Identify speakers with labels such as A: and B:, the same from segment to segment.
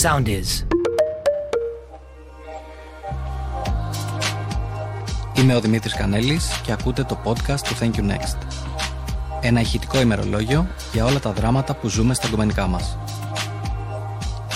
A: Sound is.
B: Είμαι ο Δημήτρης Κανέλης και ακούτε το podcast του Thank You Next. Ένα ηχητικό ημερολόγιο για όλα τα δράματα που ζούμε στα κομμενικά μας.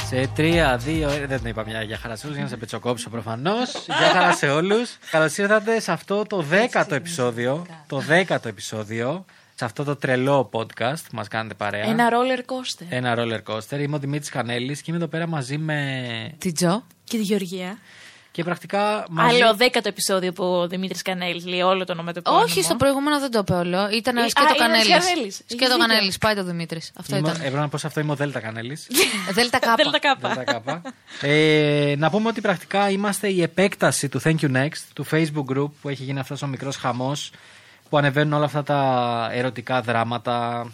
C: Σε τρία, δύο, ε, δεν το είπα μια για χαρά σε όλους, για να σε πετσοκόψω προφανώς. για χαρά σε όλους. Καλώς ήρθατε σε αυτό το δέκατο επεισόδιο. Το δέκατο επεισόδιο. Σε αυτό το τρελό podcast που μας κάνετε παρέα.
D: Ένα roller coaster.
C: Ένα roller coaster. Είμαι ο Δημήτρης Κανέλη και είμαι εδώ πέρα μαζί με.
D: Τη Τζο. Και τη Γεωργία.
C: Και πρακτικά μαζί.
D: Άλλο δέκατο επεισόδιο που ο Δημήτρης Κανέλη λέει όλο το όνομα του
E: Όχι, στο προηγούμενο δεν το είπε όλο. Ήταν
D: Ε,
E: σκέτο
D: α, ήταν
E: Κανέλη.
D: Κανέλης. Έχεις
E: Σκέτο
D: δίκιο.
E: Κανέλη. Πάει το Δημήτρης. Αυτό
C: Είμαι-
E: ήταν.
C: Έπρεπε να πω σε αυτό είμαι ο Δέλτα Κανέλη.
E: Δέλτα
D: Δέλτα
E: κάπα.
D: κάπα.
C: ΚΚ. ε, να πούμε ότι πρακτικά είμαστε η επέκταση του Thank You Next, του Facebook group που έχει γίνει αυτός ο μικρός χαμός που ανεβαίνουν όλα αυτά τα ερωτικά δράματα.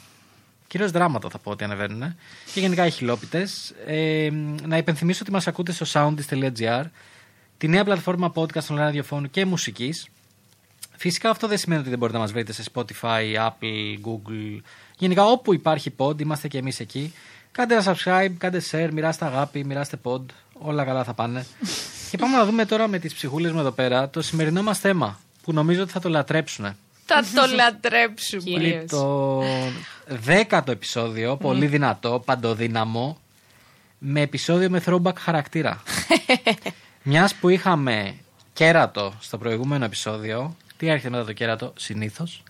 C: Κυρίως δράματα θα πω ότι ανεβαίνουν. ε. Και γενικά οι χιλόπιτες. Ε, να υπενθυμίσω ότι μας ακούτε στο soundis.gr, τη νέα πλατφόρμα podcast online ραδιοφώνου και μουσικής. Φυσικά αυτό δεν σημαίνει ότι δεν μπορείτε να μας βρείτε σε Spotify, Apple, Google. Γενικά όπου υπάρχει pod είμαστε και εμείς εκεί. Κάντε ένα subscribe, κάντε share, μοιράστε αγάπη, μοιράστε pod. Όλα καλά θα πάνε. και πάμε να δούμε τώρα με τις ψυχούλες μου εδώ πέρα το σημερινό μας θέμα που νομίζω ότι θα το λατρέψουν.
E: Θα το λατρέψουμε.
C: Το δέκατο επεισόδιο, πολύ δυνατό, παντοδύναμο, με επεισόδιο με throwback χαρακτήρα. Μιας που είχαμε κέρατο στο προηγούμενο επεισόδιο, τι έρχεται μετά το κέρατο συνήθως,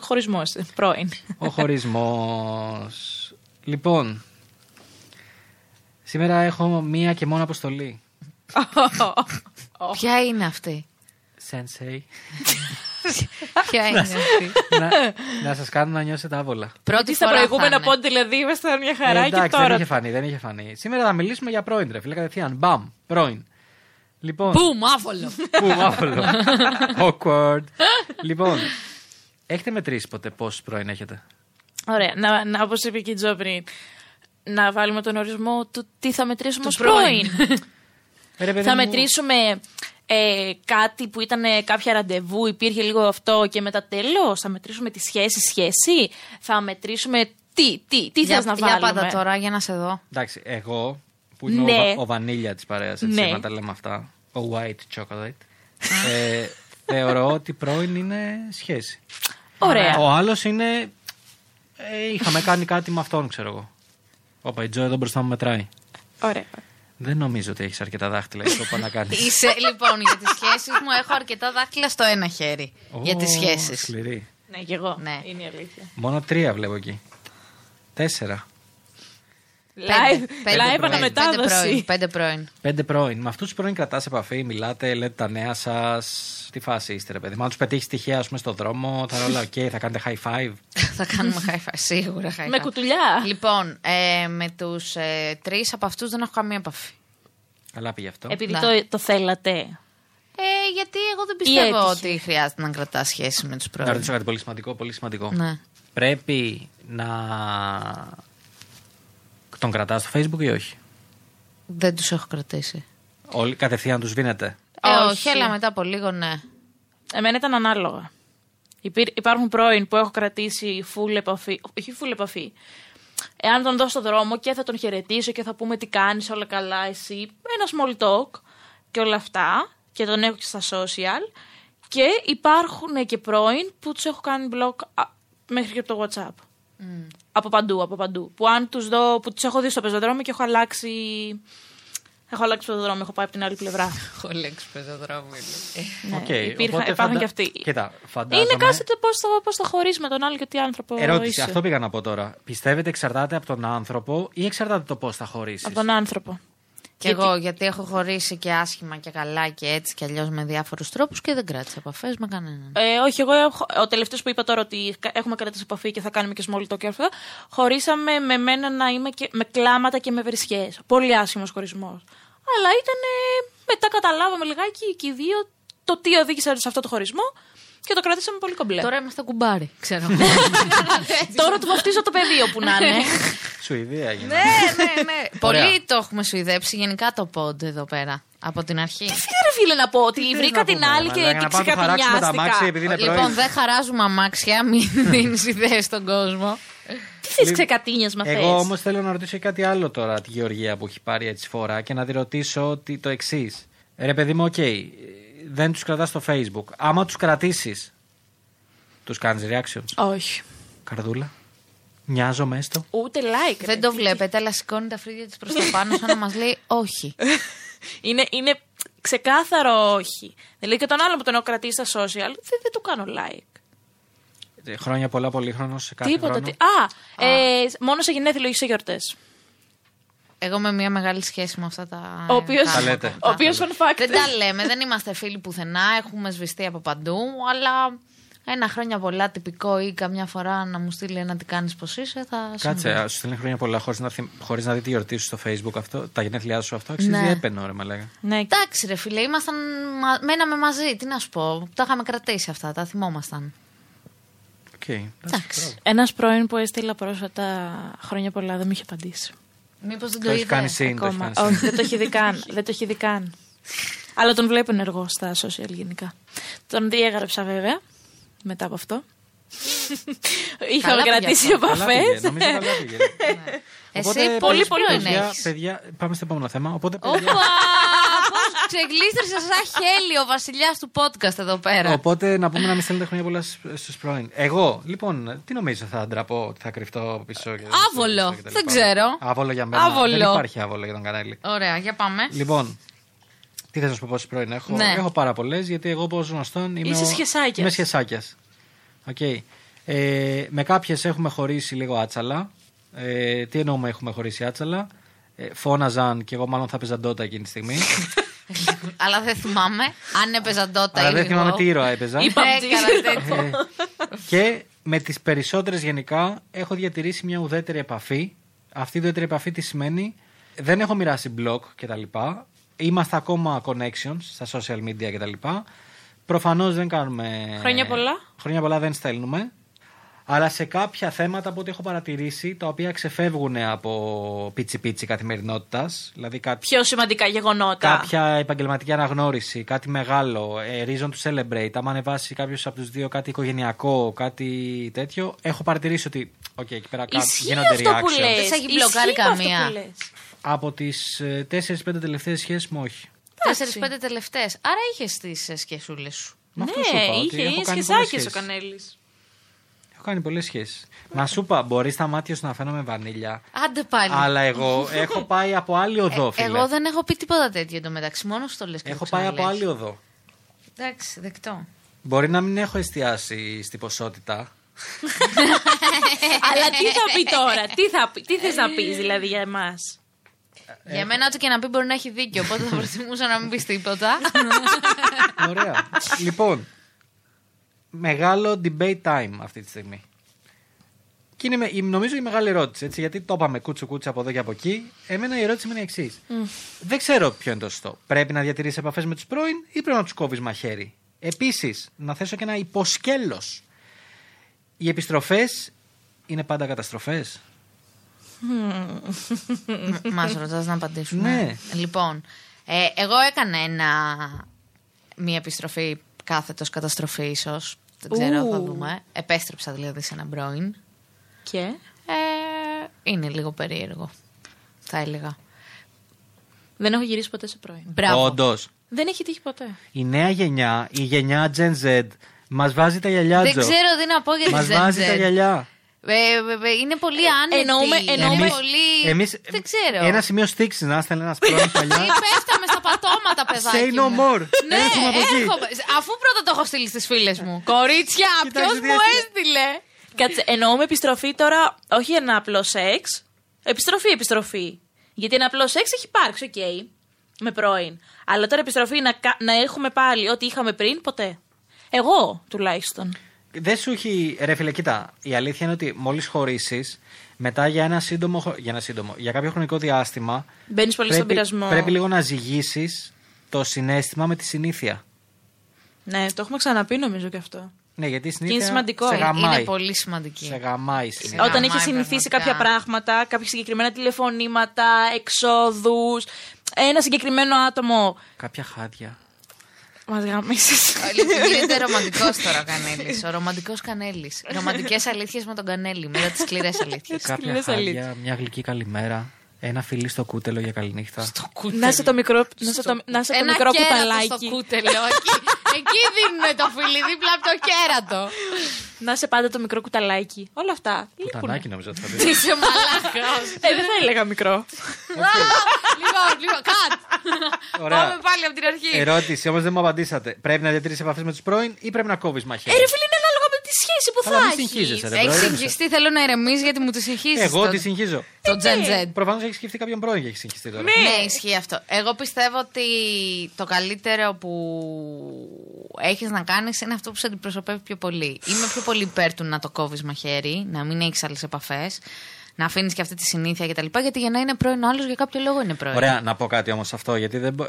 D: Χωρισμός. Πρώην.
C: ο χωρισμός. λοιπόν, σήμερα έχω μία και μόνο αποστολή.
E: Ποια είναι αυτή.
C: Sensei.
E: Ποια είναι αυτή.
C: να, να σας κάνω να νιώσετε άβολα.
E: Πρώτη
D: Τι στα
E: φορά θα
D: προηγούμενα
E: είναι.
D: πόντι δηλαδή ήμασταν μια
C: Ε,
D: χαρά και
C: εντάξει, δεν
D: τώρα.
C: είχε φανεί, δεν είχε φανεί. Σήμερα θα μιλήσουμε για πρώην, ρε φίλε, κατευθείαν. Μπαμ, πρώην. Λοιπόν.
E: Μπουμ, άβολο.
C: Πού, άφολο. Awkward. λοιπόν, έχετε μετρήσει ποτέ πόσους πρώην έχετε.
D: Ωραία, να, να, όπως είπε και η Τζο πριν, να βάλουμε τον ορισμό του τι θα μετρήσουμε
E: Του
D: ως πρώην.
E: πρώην.
C: Ε, ρε, παιδί
D: θα
C: μου,
D: μετρήσουμε ε, κάτι που ήταν ε, κάποια ραντεβού, υπήρχε λίγο αυτό και μετά τέλος. Θα μετρήσουμε τη σχέση, σχέση. Θα μετρήσουμε τι, τι, τι
E: Για-
D: θες να
E: Για
D: βάλουμε.
E: πάντα τώρα, για να σε δω.
C: Εντάξει, εγώ που είμαι
D: Ναι.
C: ο, βα- ο βανίλια της παρέας, έτσι,
D: Ναι.
C: να τα λέμε αυτά. Ο white chocolate. ε, θεωρώ ότι πρώην είναι σχέση.
D: Ωραία.
C: Ο άλλος είναι... ε, είχαμε κάνει κάτι με αυτόν, ξέρω εγώ. Όπα, η Τζο εδώ μπροστά μου μετράει.
D: Ωραία.
C: Δεν νομίζω ότι έχεις αρκετά δάχτυλα για το να κάνεις.
E: Είσαι, λοιπόν, για τις σχέσεις μου έχω αρκετά δάχτυλα στο ένα χέρι. Για
C: Ω,
E: τις σχέσεις.
C: Σκληρή.
D: Ναι, και εγώ.
E: Ναι.
D: Είναι η αλήθεια.
C: Μόνο τρία βλέπω εκεί. Τέσσερα.
D: Live,
E: Πέντε
D: live
E: πρώην. Πέντε πρώην,
D: αναμετάδοση.
E: Πέντε πρώην.
C: Πέντε πρώην. Με αυτούς τους πρώην κρατάς επαφή, μιλάτε, λέτε τα νέα σας. Τι φάση είστε, ρε παιδί. Μα τους πετύχεις τυχαία, ας πούμε, στον δρόμο, θα είναι όλα οκ, θα κάνετε high five.
E: Θα κάνουμε high five, σίγουρα high five.
D: Με κουτουλιά.
E: Λοιπόν, ε, με τους ε, τρεις από αυτούς δεν έχω καμία επαφή.
C: Καλά πήγε αυτό.
D: Επειδή
E: Να.
D: το, το θέλατε.
E: Ε, γιατί εγώ δεν πιστεύω
D: έτυχε.
E: ότι χρειάζεται να κρατάς σχέση με τους
C: Να
E: πρώην.
C: ρωτήσω κάτι πολύ σημαντικό. Πολύ σημαντικό.
E: ε, Ναι.
C: Πρέπει να. Τον κρατάς στο Facebook ή όχι.
E: Δεν τους έχω κρατήσει.
C: Όλοι κατευθείαν τους δίνετε.
E: Ε,
D: Όχι.
E: όχι, αλλά μετά από λίγο ναι.
D: Εμένα ήταν ανάλογα. Υπήρ- υπάρχουν πρώην που έχω κρατήσει full επαφή. Όχι full επαφή. Εάν τον δω στον δρόμο και θα τον χαιρετήσω και θα πούμε τι κάνεις, όλα καλά, εσύ. Ένα small talk και όλα αυτά. Και τον έχω και στα social. Και υπάρχουν και πρώην που τους έχω κάνει block α, μέχρι και από το WhatsApp. Από παντού, από παντού. Που αν τους δω, που τους έχω δει στο πεζοδρόμιο και έχω αλλάξει. Έχω αλλάξει πεζοδρόμιο, έχω πάει από την άλλη πλευρά.
E: Έχω λέξει πεζοδρόμιο.
C: Οκ,
D: υπήρχαν-
C: οπότε
D: υπάρχουν και αυτοί.
C: Κοίτα, φαντάζομαι.
D: Είναι κάστοτε πώς θα, πώς θα χωρίσει με τον άλλο και τι άνθρωπο
C: Ερώτηση,
D: είσαι.
C: αυτό πήγα να πω τώρα. Πιστεύετε εξαρτάται από τον άνθρωπο ή εξαρτάται το πώς θα χωρίσεις.
D: Από τον άνθρωπο.
E: Και εγώ, γιατί έχω χωρίσει και άσχημα και καλά και έτσι και αλλιώς με διάφορους τρόπους και δεν κράτησα επαφές με κανέναν.
D: Ε, όχι, εγώ έχω- ο τελευταίος που είπα τώρα ότι κα- έχουμε κρατήσει επαφή και θα κάνουμε και small talk και αυτά. Χωρίσαμε με μένα να είμαι και, με κλάματα και με βρισιές. Πολύ άσχημος χωρισμός. Αλλά ήταν. μετά καταλάβαμε λιγάκι και οι δύο το τι οδήγησε σε αυτό το χωρισμό και το κρατήσαμε πολύ κομπλέ. Τώρα,
E: Τώρα είμαστε κουμπάρι, ξέρω εγώ. Ναι,
D: του βαφτίζω το παιδί όπου να είναι.
C: Σουηδία γίνεται.
E: ναι, ναι, ναι.
C: Ωραία.
E: Πολύ το έχουμε σουηδέψει γενικά το πόντ εδώ πέρα από την αρχή.
D: Τι Ε, ρε φίλε να πω, ότι βρήκα την άλλη και
C: να
D: την
C: πάμε να του χαράξουμε τα αμάξια επειδή
D: ξεκαπινιάστηκα.
C: είναι πρώην.
E: Λοιπόν, δεν χαράζουμε αμάξια, μην δίνει ιδέε στον κόσμο.
D: Τι θες ξεκατίνιες μα
C: Εγώ όμως θέλω να ρωτήσω και κάτι άλλο τώρα τη Γεωργία που έχει πάρει έτσι φορά και να τη ρωτήσω ότι το εξής. Ρε παιδί μου, οκ, δεν τους κρατάς στο Facebook. Άμα τους κρατήσεις, τους κάνεις reactions.
D: Όχι.
C: Καρδούλα. Μοιάζομαι έστω.
D: Ούτε like.
E: Δεν
D: ρε.
E: το βλέπετε, αλλά σηκώνει τα φρύδια της προς τα πάνω, σαν να μας λέει όχι.
D: Είναι, είναι ξεκάθαρο όχι. Δηλαδή και τον άλλον που τον έχω κρατήσει στα social, δεν, δεν του κάνω like.
C: Ε, Χρόνια πολλά, πολύχρονος σε κάθε
D: Τίποτα.
C: χρόνο.
D: Τι... Α, ε, μόνο σε γενέθλιο ή σε γιορτές.
E: Εγώ είμαι μια μεγάλη σχέση με αυτά τα.
D: Ο οποίος.
E: πράγματα.
C: Τα λέτε.
D: Ο οποίος, fun fact.
E: Δεν τα λέμε, δεν είμαστε φίλοι πουθενά, έχουμε σβηστεί από παντού, αλλά ένα χρόνια πολλά τυπικό ή καμιά φορά να μου στείλει ένα τι κάνεις πώς είσαι, θα
C: Κάτσε,
E: συμβεί.
C: ας, σου στέλνει χρόνια πολλά χωρίς να, θυμ- χωρίς να δει τη γιορτή σου στο Facebook αυτό. Τα γενέθλιά σου αυτό. Αξίζει
E: Ναι.
C: έπαινο, ρε μαλάκα.
D: Ναι,
E: Εντάξει, ρε φίλε, ήμασταν. μα- Μέναμε μαζί, τι να σου πω. Τα είχαμε κρατήσει αυτά, τα θυμόμασταν.
C: Οκ. εντάξει.
E: Εντάξει.
D: Ένας πρώην που έστειλα πρόσφατα χρόνια πολλά δεν μου είχε απαντήσει.
E: Μήπως δεν
C: Το
E: το
C: έχει κάνει
E: είδε.
C: συν. το έχει
D: Ακόμα.
C: κάνει συν.
D: Όχι, δεν το έχει δει καν. δεν το έχει δει καν. Αλλά τον βλέπω ενεργό στα social γενικά. Τον διέγραψα βέβαια μετά από αυτό. Είχαμε
E: Καλά πήγε
D: κρατήσει
E: αυτό.
C: Καλά πήγε,
D: επαφέ.
C: Νομίζω καλά πήγε. Ναι.
E: Εσύ πολύ
D: πολύ,
E: πολύ
D: πολύ
E: είναι.
C: Παιδιά, παιδιά, πάμε στο επόμενο θέμα. Οπότε,
E: Όπα!
C: παιδιά,
E: Πώ ξεγλίστρισε σαν χέλι ο βασιλιάς του podcast εδώ πέρα.
C: Οπότε να πούμε να μην στέλνετε χρόνια πολλά στους πρώην. Εγώ, λοιπόν, τι νομίζω θα ντραπώ, ότι θα κρυφτώ πίσω. Και
E: Άβολο.
C: και τα
E: Δεν
C: λοιπά.
E: ξέρω.
C: Άβολο για μένα.
E: Άβολο.
C: Δεν υπάρχει άβολο για τον κανάλι.
E: Ωραία, για πάμε.
C: Λοιπόν, τι θες να σου πω πόσες πρώην έχω.
E: Ναι.
C: Έχω πάρα πολλές, γιατί εγώ όπως γνωστόν είμαι.
D: Είσαι
C: ο-
D: σχεσάκιας.
C: Είμαι σχεσάκιας. Okay. Ε, με κάποιες έχουμε χωρίσει λίγο άτσαλα. Ε, τι εννοούμε έχουμε χωρίσει άτσαλα. Ε, φώναζαν και εγώ μάλλον θα παίζα ντότα εκείνη τη στιγμή.
E: αλλά δεν θυμάμαι. Αν έπαιζα τότε.
C: Λοιπόν. Αλλά
E: ή
C: δεν
E: λίγο.
C: θυμάμαι τι ήρωα έπαιζα.
D: Είπα-
E: Ναι, έκανα τέτοιο.
C: Ε, και με τις περισσότερες γενικά έχω διατηρήσει μια ουδέτερη επαφή. Αυτή η ουδέτερη επαφή τι σημαίνει. Δεν έχω μοιράσει blog κτλ. Είμαστε ακόμα connections στα social media κτλ. Προφανώς δεν κάνουμε...
D: Χρόνια πολλά.
C: Χρόνια πολλά δεν στέλνουμε. Αλλά σε κάποια θέματα από ό,τι έχω παρατηρήσει, τα οποία ξεφεύγουν από πίτσι-πίτσι καθημερινότητας. Δηλαδή κάτι
D: Πιο σημαντικά γεγονότα.
C: κάποια επαγγελματική αναγνώριση, κάτι μεγάλο, ε, reason to celebrate. Άμα ανεβάσει κάποιος από τους δύο κάτι οικογενειακό, κάτι τέτοιο, έχω παρατηρήσει ότι. Οκ, εκεί πέρα κά-
D: Ισχύει
C: γίνονται
D: αυτό που
C: reactions.
D: λες.
E: Δεν σε έχει
D: Ισχύει
E: μπλοκάρει
D: αυτό που
E: καμία.
D: λες.
C: Από ε, τι 4-5 τελευταίες σχέσεις μου, όχι.
E: Τέσσερι-πέντε τελευταίες. Άρα είχες τις σκεσούλε σου.
C: Μα αυτό σου
D: Ναι,
C: είπα, ότι
D: είχε,
C: έχω
D: είναι
C: κάνει πολλές
D: σχεσάκες ο
C: σχέσεις.
D: Κανέλης.
C: Έχω κάνει πολλές σχέσεις. Να σου είπα, μπορείς στα μάτια σου να φαίνομαι βανίλια.
E: Άντε πάλι.
C: Αλλά εγώ έχω πάει από άλλη οδό,
E: Ε,
C: φίλε.
E: εγώ δεν έχω πει τίποτα τέτοιο εντωμεταξύ. Μόνο σου το λες και
C: Έχω
E: το
C: πάει από
E: ξαναλες.
C: άλλη οδό.
E: Εντάξει, δεκτό.
C: Μπορεί να μην έχω εστιάσει στην ποσότητα.
D: Αλλά τι θα πει τώρα, τι, θα πει, τι θες να πεις δηλαδή για εμάς.
C: Ε,
E: Για μένα, ό,τι και να πει, μπορεί να έχει δίκιο. Οπότε θα προτιμούσα να μην πεις τίποτα.
C: Ωραία. λοιπόν, μεγάλο debate time αυτή τη στιγμή. Και είναι, με- η- νομίζω η μεγάλη ερώτηση, έτσι, γιατί το είπαμε κούτσου κούτσου από εδώ και από εκεί. Εμένα η ερώτηση μου είναι η εξής. Δεν ξέρω ποιο είναι το σωστό. Πρέπει να διατηρήσεις επαφές με τους πρώην ή πρέπει να τους κόβεις μαχαίρι. Επίσης, να θέσω και ένα υποσκέλος. Οι επιστροφές είναι πάντα καταστροφές.
E: Μα ρωτάς να απαντήσουμε.
C: Ναι.
E: Λοιπόν, ε, εγώ έκανα ένα. Μία επιστροφή κάθετος καταστροφή, ίσως. Δεν ξέρω, θα
D: Ου.
E: δούμε. Επέστρεψα δηλαδή σε ένα πρώην.
D: Και.
E: Ε, είναι λίγο περίεργο, θα έλεγα.
D: Δεν έχω γυρίσει ποτέ σε πρώην.
E: Μπράβο.
C: Όντως,
D: Δεν έχει τύχει ποτέ.
C: η νέα γενιά, η γενιά Gen Z, μας βάζει τα γυαλιά
E: Δεν ξέρω τι να πω για τη
C: Μας
E: Gen
C: βάζει τα
E: Z.
C: γυαλιά.
E: Ε, ε, ε, είναι πολύ άνετη.
D: εννοούμε- εννοούμε-
E: είναι πολύ...
C: εμείς-
E: δεν ξέρω.
C: Ένα σημείο στήξη να στέλνει ένας πρώην
E: Ε,
C: παλιάς.
E: Πέφταμε στα πατώματα, παιδάκι.
C: Say no
E: μου.
C: more.
E: Ναι,
C: Έρχομαι από εκεί.
E: έρχομαι. Αφού πρώτα το έχω στείλει στις φίλες μου. Κορίτσια, ποιο
C: Κοιτάξτε τι
E: μου
C: έστειλε.
E: έστειλε.
D: Κάτσε, εννοούμε επιστροφή τώρα, όχι ένα απλό σεξ. Επιστροφή, επιστροφή. Γιατί ένα απλό σεξ έχει υπάρξει, οκ. με πρώην. Αλλά τώρα επιστροφή να, κα- να έχουμε πάλι ό,τι είχαμε πριν, ποτέ. Εγώ τουλάχιστον.
C: Δεν σου έχει. Ρε φίλε, κοίτα. Η αλήθεια είναι ότι μόλις χωρίσεις, μετά για ένα, σύντομο, χρο- για ένα σύντομο. Για κάποιο χρονικό διάστημα.
D: Μπαίνεις πολύ στον πειρασμό.
C: πρέπει λίγο να ζυγίσεις το συνέστημα με τη συνήθεια.
D: Ναι, το έχουμε ξαναπεί νομίζω και αυτό.
C: Ναι, γιατί η συνήθεια.
D: είναι σημαντικό.
C: Σε
D: Ε, είναι
C: γαμάει.
E: Είναι πολύ σημαντική.
C: Σε γαμάει η συνήθεια.
E: Γαμάει,
D: Ε, Όταν έχει συνηθίσει
E: πραγματικά.
D: κάποια πράγματα, κάποια συγκεκριμένα τηλεφωνήματα, εξόδους, ένα συγκεκριμένο άτομο.
C: Κάποια χάδια.
D: Μας γαμίσεις.
E: Γίνεται ρομαντικός τώρα ο Κανέλης. Ο ρομαντικός Κανέλης. Ρομαντικές αλήθειες με τον Κανέλη μετά τι σκληρέ αλήθειε.
C: Κάποια
D: σκληρές
C: χάρια,
D: αλήθειες.
C: μια γλυκή καλημέρα, ένα φιλί στο κούτελο για καληνύχτα.
D: Να είσαι το μικρό, να είσαι το, να είσαι το
E: Ένα
D: μικρό
E: κέρατο
D: κουταλάκι.
E: στο κούτελο. Εκεί, εκεί δίνουν το φιλί, δίπλα από το κέρατο.
D: Να είσαι πάντα το μικρό κουταλάκι. Όλα αυτά. λείπουνε.
C: Πουτανάκι νομίζω ότι θα πει.
E: Τι είσαι μαλάκας.
D: Ε, δεν θα έλεγα μικρό.
E: Λοιπόν, λοιπόν, κάτ.
C: Ωραία. Ε,
E: Πάμε πάλι από την αρχή.
C: Ερώτηση, όμως δεν μου απαντήσατε. Πρέπει να διατηρήσει επαφές με τους πρώην ή πρέπει να κόβεις μαχαίρι.
D: Ε, ρε φίλε, είναι ανάλογα με τη σχέση που
C: Καλά, μην
D: θα έχεις.
C: συγχύζεσαι, ρε
E: Έχει
C: πρώην.
E: συγχυστεί, θέλω να ηρεμείς γιατί μου τη συγχύσει.
C: Εγώ τη συγχύζω.
E: Το Τζεν Τζεν.
C: Προφανώς έχει σκεφτεί κάποιον πρώην και έχει συγχυστεί τώρα.
E: Ναι, ισχύει αυτό. Εγώ πιστεύω ότι το καλύτερο που έχεις να κάνεις είναι αυτό που σε αντιπροσωπεύει πιο πολύ. Είμαι πιο πολύ υπέρ του να το κόβεις μαχαίρι, να μην έχεις άλλες επαφές, να αφήνεις και αυτή τη συνήθεια κτλ. Γιατί για να είναι πρώην ο άλλος, για κάποιο λόγο είναι πρώην.
C: Ωραία, να πω κάτι όμως αυτό, γιατί δεν μπο-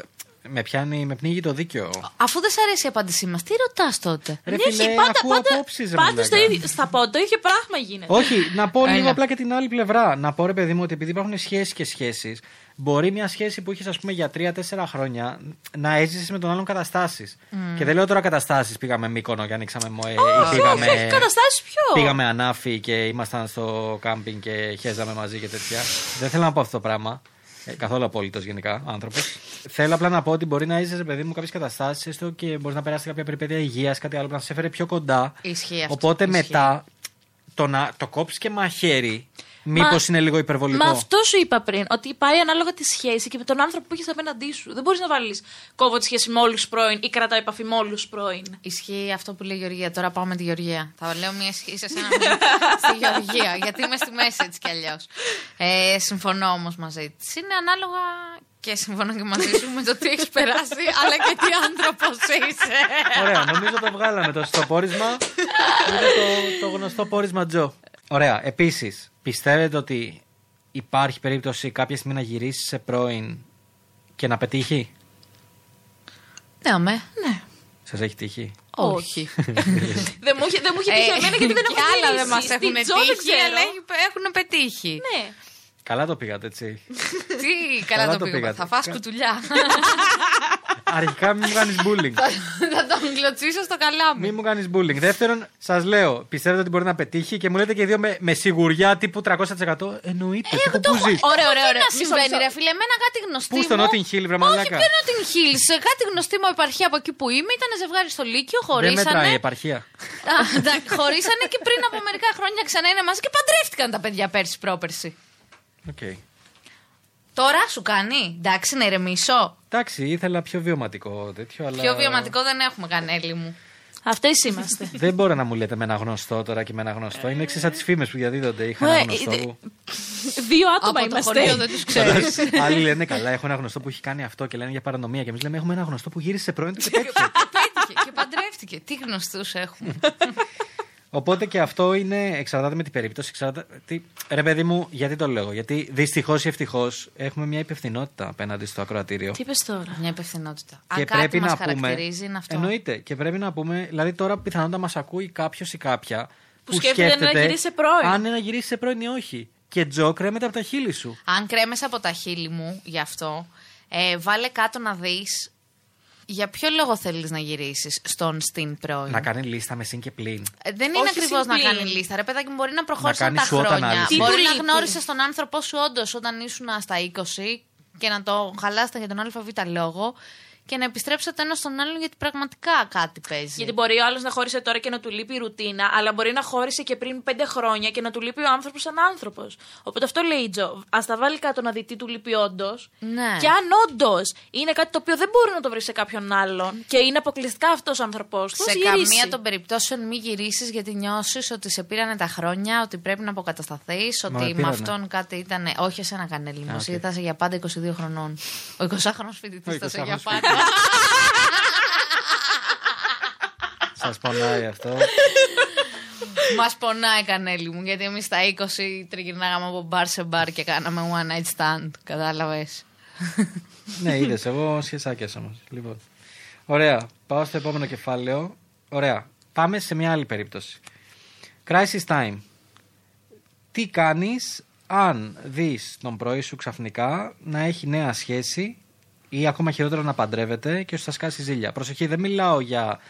C: με πιάνει, με πνίγει το δίκιο.
E: Αφού δεν σ' αρέσει η απάντησή μας, τι ρωτάς τότε.
C: Ρε
D: Ναι,
C: φίλε,
D: όχι, πάντα,
C: ακούω
D: πάντα,
C: απόψεις, ρε
D: πάντα
C: μαλάκα.
D: στο ίδιο, στα πόντα είχε πράγμα γίνεται.
C: Όχι, να πω λίγο
E: Έλα.
C: απλά και την άλλη πλευρά. Να πω ρε παιδί μου ότι επειδή υπάρχουν σχέσεις και σχέσεις, μπορεί μια σχέση που είχες ας πούμε για 3-4 χρόνια να έζησες με τον άλλον καταστάσεις. Και δεν λέω τώρα καταστάσεις. Πήγαμε μήκονο και ανοίξαμε μοέ. ή πήγαμε,
D: Mm. όχι, όχι, καταστάσεις πιο.
C: Πήγαμε ανάφη και ήμασταν στο κάμπινγκ και χέζαμε μαζί και τέτοια. δεν θέλω να πω αυτό το πράγμα. Ε, καθόλου απόλυτος γενικά άνθρωπος. Θέλω απλά να πω ότι μπορεί να είσαι, ρε παιδί μου, κάποιες καταστάσεις έστω και μπορείς να περάσει κάποια περιπέτεια υγείας, κάτι άλλο που να σε έφερε πιο κοντά.
E: Ισχύει αυτό.
C: Οπότε
E: Ισχύει.
C: μετά το να το κόψεις και μαχαίρι, μήπως
D: Μα-
C: είναι λίγο υπερβολικό.
D: Μα αυτός σου είπα πριν, ότι πάει ανάλογα τη σχέση και με τον άνθρωπο που έχεις απέναντί σου. Δεν μπορείς να βάλεις κόβω τη σχέση με όλους πρώην ή κρατάω επαφή με όλους πρώην.
E: Ισχύει αυτό που λέει η Γεωργία. Τώρα πάω με τη Γεωργία. Θα λέω μια ισχύει σε σένα μια στη Γεωργία. Γιατί είμαι στη μέση έτσι κι αλλιώς. Ε, συμφωνώ όμως μαζί της. Είναι ανάλογα και συμφωνώ και μαζί σου με το τι έχεις περάσει, αλλά και τι άνθρωπος είσαι.
C: Ωραία, νομίζω το βγάλαμε το στο πόρισμα. Είναι το, το γνωστό πόρισμα Τζο. Ωραία, επίσης, πιστεύετε ότι υπάρχει περίπτωση κάποια στιγμή να γυρίσει σε πρώην και να πετύχει.
E: Ναι, αμέ.
D: Ναι.
C: Σας έχει τύχει.
E: Όχι. Ε,
D: δεν μου είχε δεν μου είχε τύχει εμένα γιατί δεν
E: και
D: έχω
E: άλλα
D: γυρίσει.
E: δεν μας
D: Στην
E: έχουν
D: Τζο δεν
E: τύχει,
D: ξέρω.
E: αλλά έχει- έχουν πετύχει.
D: Ναι.
C: Καλά το πήγατε έτσι.
E: Τι
C: Καλά
E: καλά
C: το
E: το πήγα.
C: πήγατε.
E: Θα φας κουτουλιά.
C: Αρχικά μην μου κάνεις bullying.
E: Θα τον κλωτσίσω στο καλάμι.
C: Μην μου κάνεις bullying. Δεύτερον, σας λέω, πιστεύετε ότι μπορεί να πετύχει και μου λέτε και οι δύο με, με σιγουριά τύπου 300%. Εννοείται.
E: Ε,
C: τύπου πού ζεις.
E: Ωραία, ωραία,
D: δει
E: ωραία.
D: να
E: Μισό,
D: συμβαίνει,
E: μισό. ρε φίλε, εμένα κάτι γνωστή.
C: Πού στο
E: μου-
C: Notting Hill, βρε
E: Όχι,
C: μαλάκα.
E: ποιο Notting Hill. Σε κάτι γνωστή μου επαρχία από εκεί που είμαι ήταν ζευγάρι στο Λύκειο,
C: Δεν
E: χωρίσανε.
C: μετράει η επαρχία.
E: Α, εντάξει, χωρίσανε και πριν από μερικά χρόνια ξανά είναι μαζί και παντρεύτηκαν τα παιδιά πέρσι πρόπερσι.
C: Okay.
E: Τώρα σου κάνει, εντάξει, να ηρεμήσω.
C: Εντάξει, ήθελα πιο βιωματικό τέτοιο, αλλά.
E: Πιο βιωματικό δεν έχουμε κανέλη μου.
D: Αυτέ είμαστε.
C: Δεν μπορεί να μου λέτε με ένα γνωστό τώρα και με ένα γνωστό. Είναι εξή σαν τις φήμες που διαδίδονται. Είχα ένα
D: Ε,
C: γνωστό.
D: ε,
C: που-
D: Δύο
E: Από
D: άτομα
E: το χωριό
D: είμαστε.
E: δεν τους ξέρω.
C: Άλλοι λένε καλά, έχω ένα γνωστό που έχει κάνει αυτό και λένε για παρανομία. Και εμείς λέμε έχουμε ένα γνωστό που γύρισε πρώην του και τέτοιο.
E: Πέτυχε και παντρεύτηκε. Τι γνωστούς έχουμε.
C: Οπότε και αυτό είναι, εξαρτάται με την περίπτωση. Εξαρτάται, τι- ρε παιδί μου, γιατί το λέω. Γιατί δυστυχώς ή ευτυχώς έχουμε μια υπευθυνότητα απέναντι στο ακροατήριο.
D: Τι είπες τώρα.
E: Μια υπευθυνότητα. Αν κάτι μα χαρακτηρίζει είναι αυτό.
C: Εννοείται. Και πρέπει να πούμε. Δηλαδή τώρα πιθανότατα μας ακούει κάποιος ή κάποια.
D: Που σκέφτεται να γυρίσει σε πρώην.
C: Αν είναι να γυρίσει σε πρώην ή όχι. Και Τζο κρέμεται από τα χείλη σου.
E: Αν κρέμεσαι από τα χείλη μου γι' αυτό, ε, βάλε κάτω να δεις για ποιο λόγο θέλεις να γυρίσεις στον στην πρώην.
C: Να κάνει λίστα με συν και πλήν.
E: Ε, Δεν
D: Όχι
E: είναι ακριβώ να
D: συμπλήν.
E: κάνει λίστα. Ρε παιδάκι, μου, μπορεί να προχώρησαν
C: κάνει
E: τα
C: σου όταν
E: χρόνια.
C: ανάλυση.
E: Μπορεί
D: Τι
E: να
D: του λείπει.
E: γνώρισες τον άνθρωπό σου όντως όταν ήσουν στα 20 και να το χαλάσετε για τον ΑΒ λόγο και να επιστρέψετε ένα στον άλλον γιατί πραγματικά κάτι παίζει.
D: Ναι. Γιατί μπορεί ο άλλος να χώρισε τώρα και να του λείπει η ρουτίνα, αλλά μπορεί να χώρισε και πριν πέντε χρόνια και να του λείπει ο άνθρωπος σαν άνθρωπος. Οπότε αυτό λέει η Τζο. Ας τα βάλει κάτω να δει τι του λείπει όντως.
E: Ναι.
D: Και αν όντως είναι κάτι το οποίο δεν μπορεί να το βρει σε κάποιον άλλον και είναι αποκλειστικά αυτός ο άνθρωπό του,
E: σε
D: γυρίσει.
E: καμία των περιπτώσεων μη γυρίσεις γιατί νιώσεις ότι σε πήρανε τα χρόνια, ότι πρέπει να αποκατασταθείς,
C: με
E: ότι με
C: πήρανε.
E: αυτόν κάτι ήταν. Όχι εσένα κανέλη μου.
C: Α,
E: Εσύ
C: οκ.
E: ήταν για πάντα 22 χρονών. Ο 20χρονο
C: Ο
E: φοιτητή ήταν σε
C: 20χρονος
E: για πάντα.
C: φοιτητής. Σας πονάει ναι, αυτό.
E: Μας πονάει κανέλη μου γιατί εμείς στα 20 τριγυρνάγαμε από μπαρ σε μπαρ και κάναμε one night stand. Κατάλαβες.
C: ναι, είδες. Εγώ σχεσάκια όμως. Λοιπόν. Ωραία. Πάω στο επόμενο κεφάλαιο. Ωραία. Πάμε σε μια άλλη περίπτωση. Crisis time. Τι κάνεις αν δεις τον πρωί σου ξαφνικά να έχει νέα σχέση Ή ακόμα χειρότερο να παντρεύετε και όσο σα κάσει ζήλια. Προσοχή, δεν μιλάω για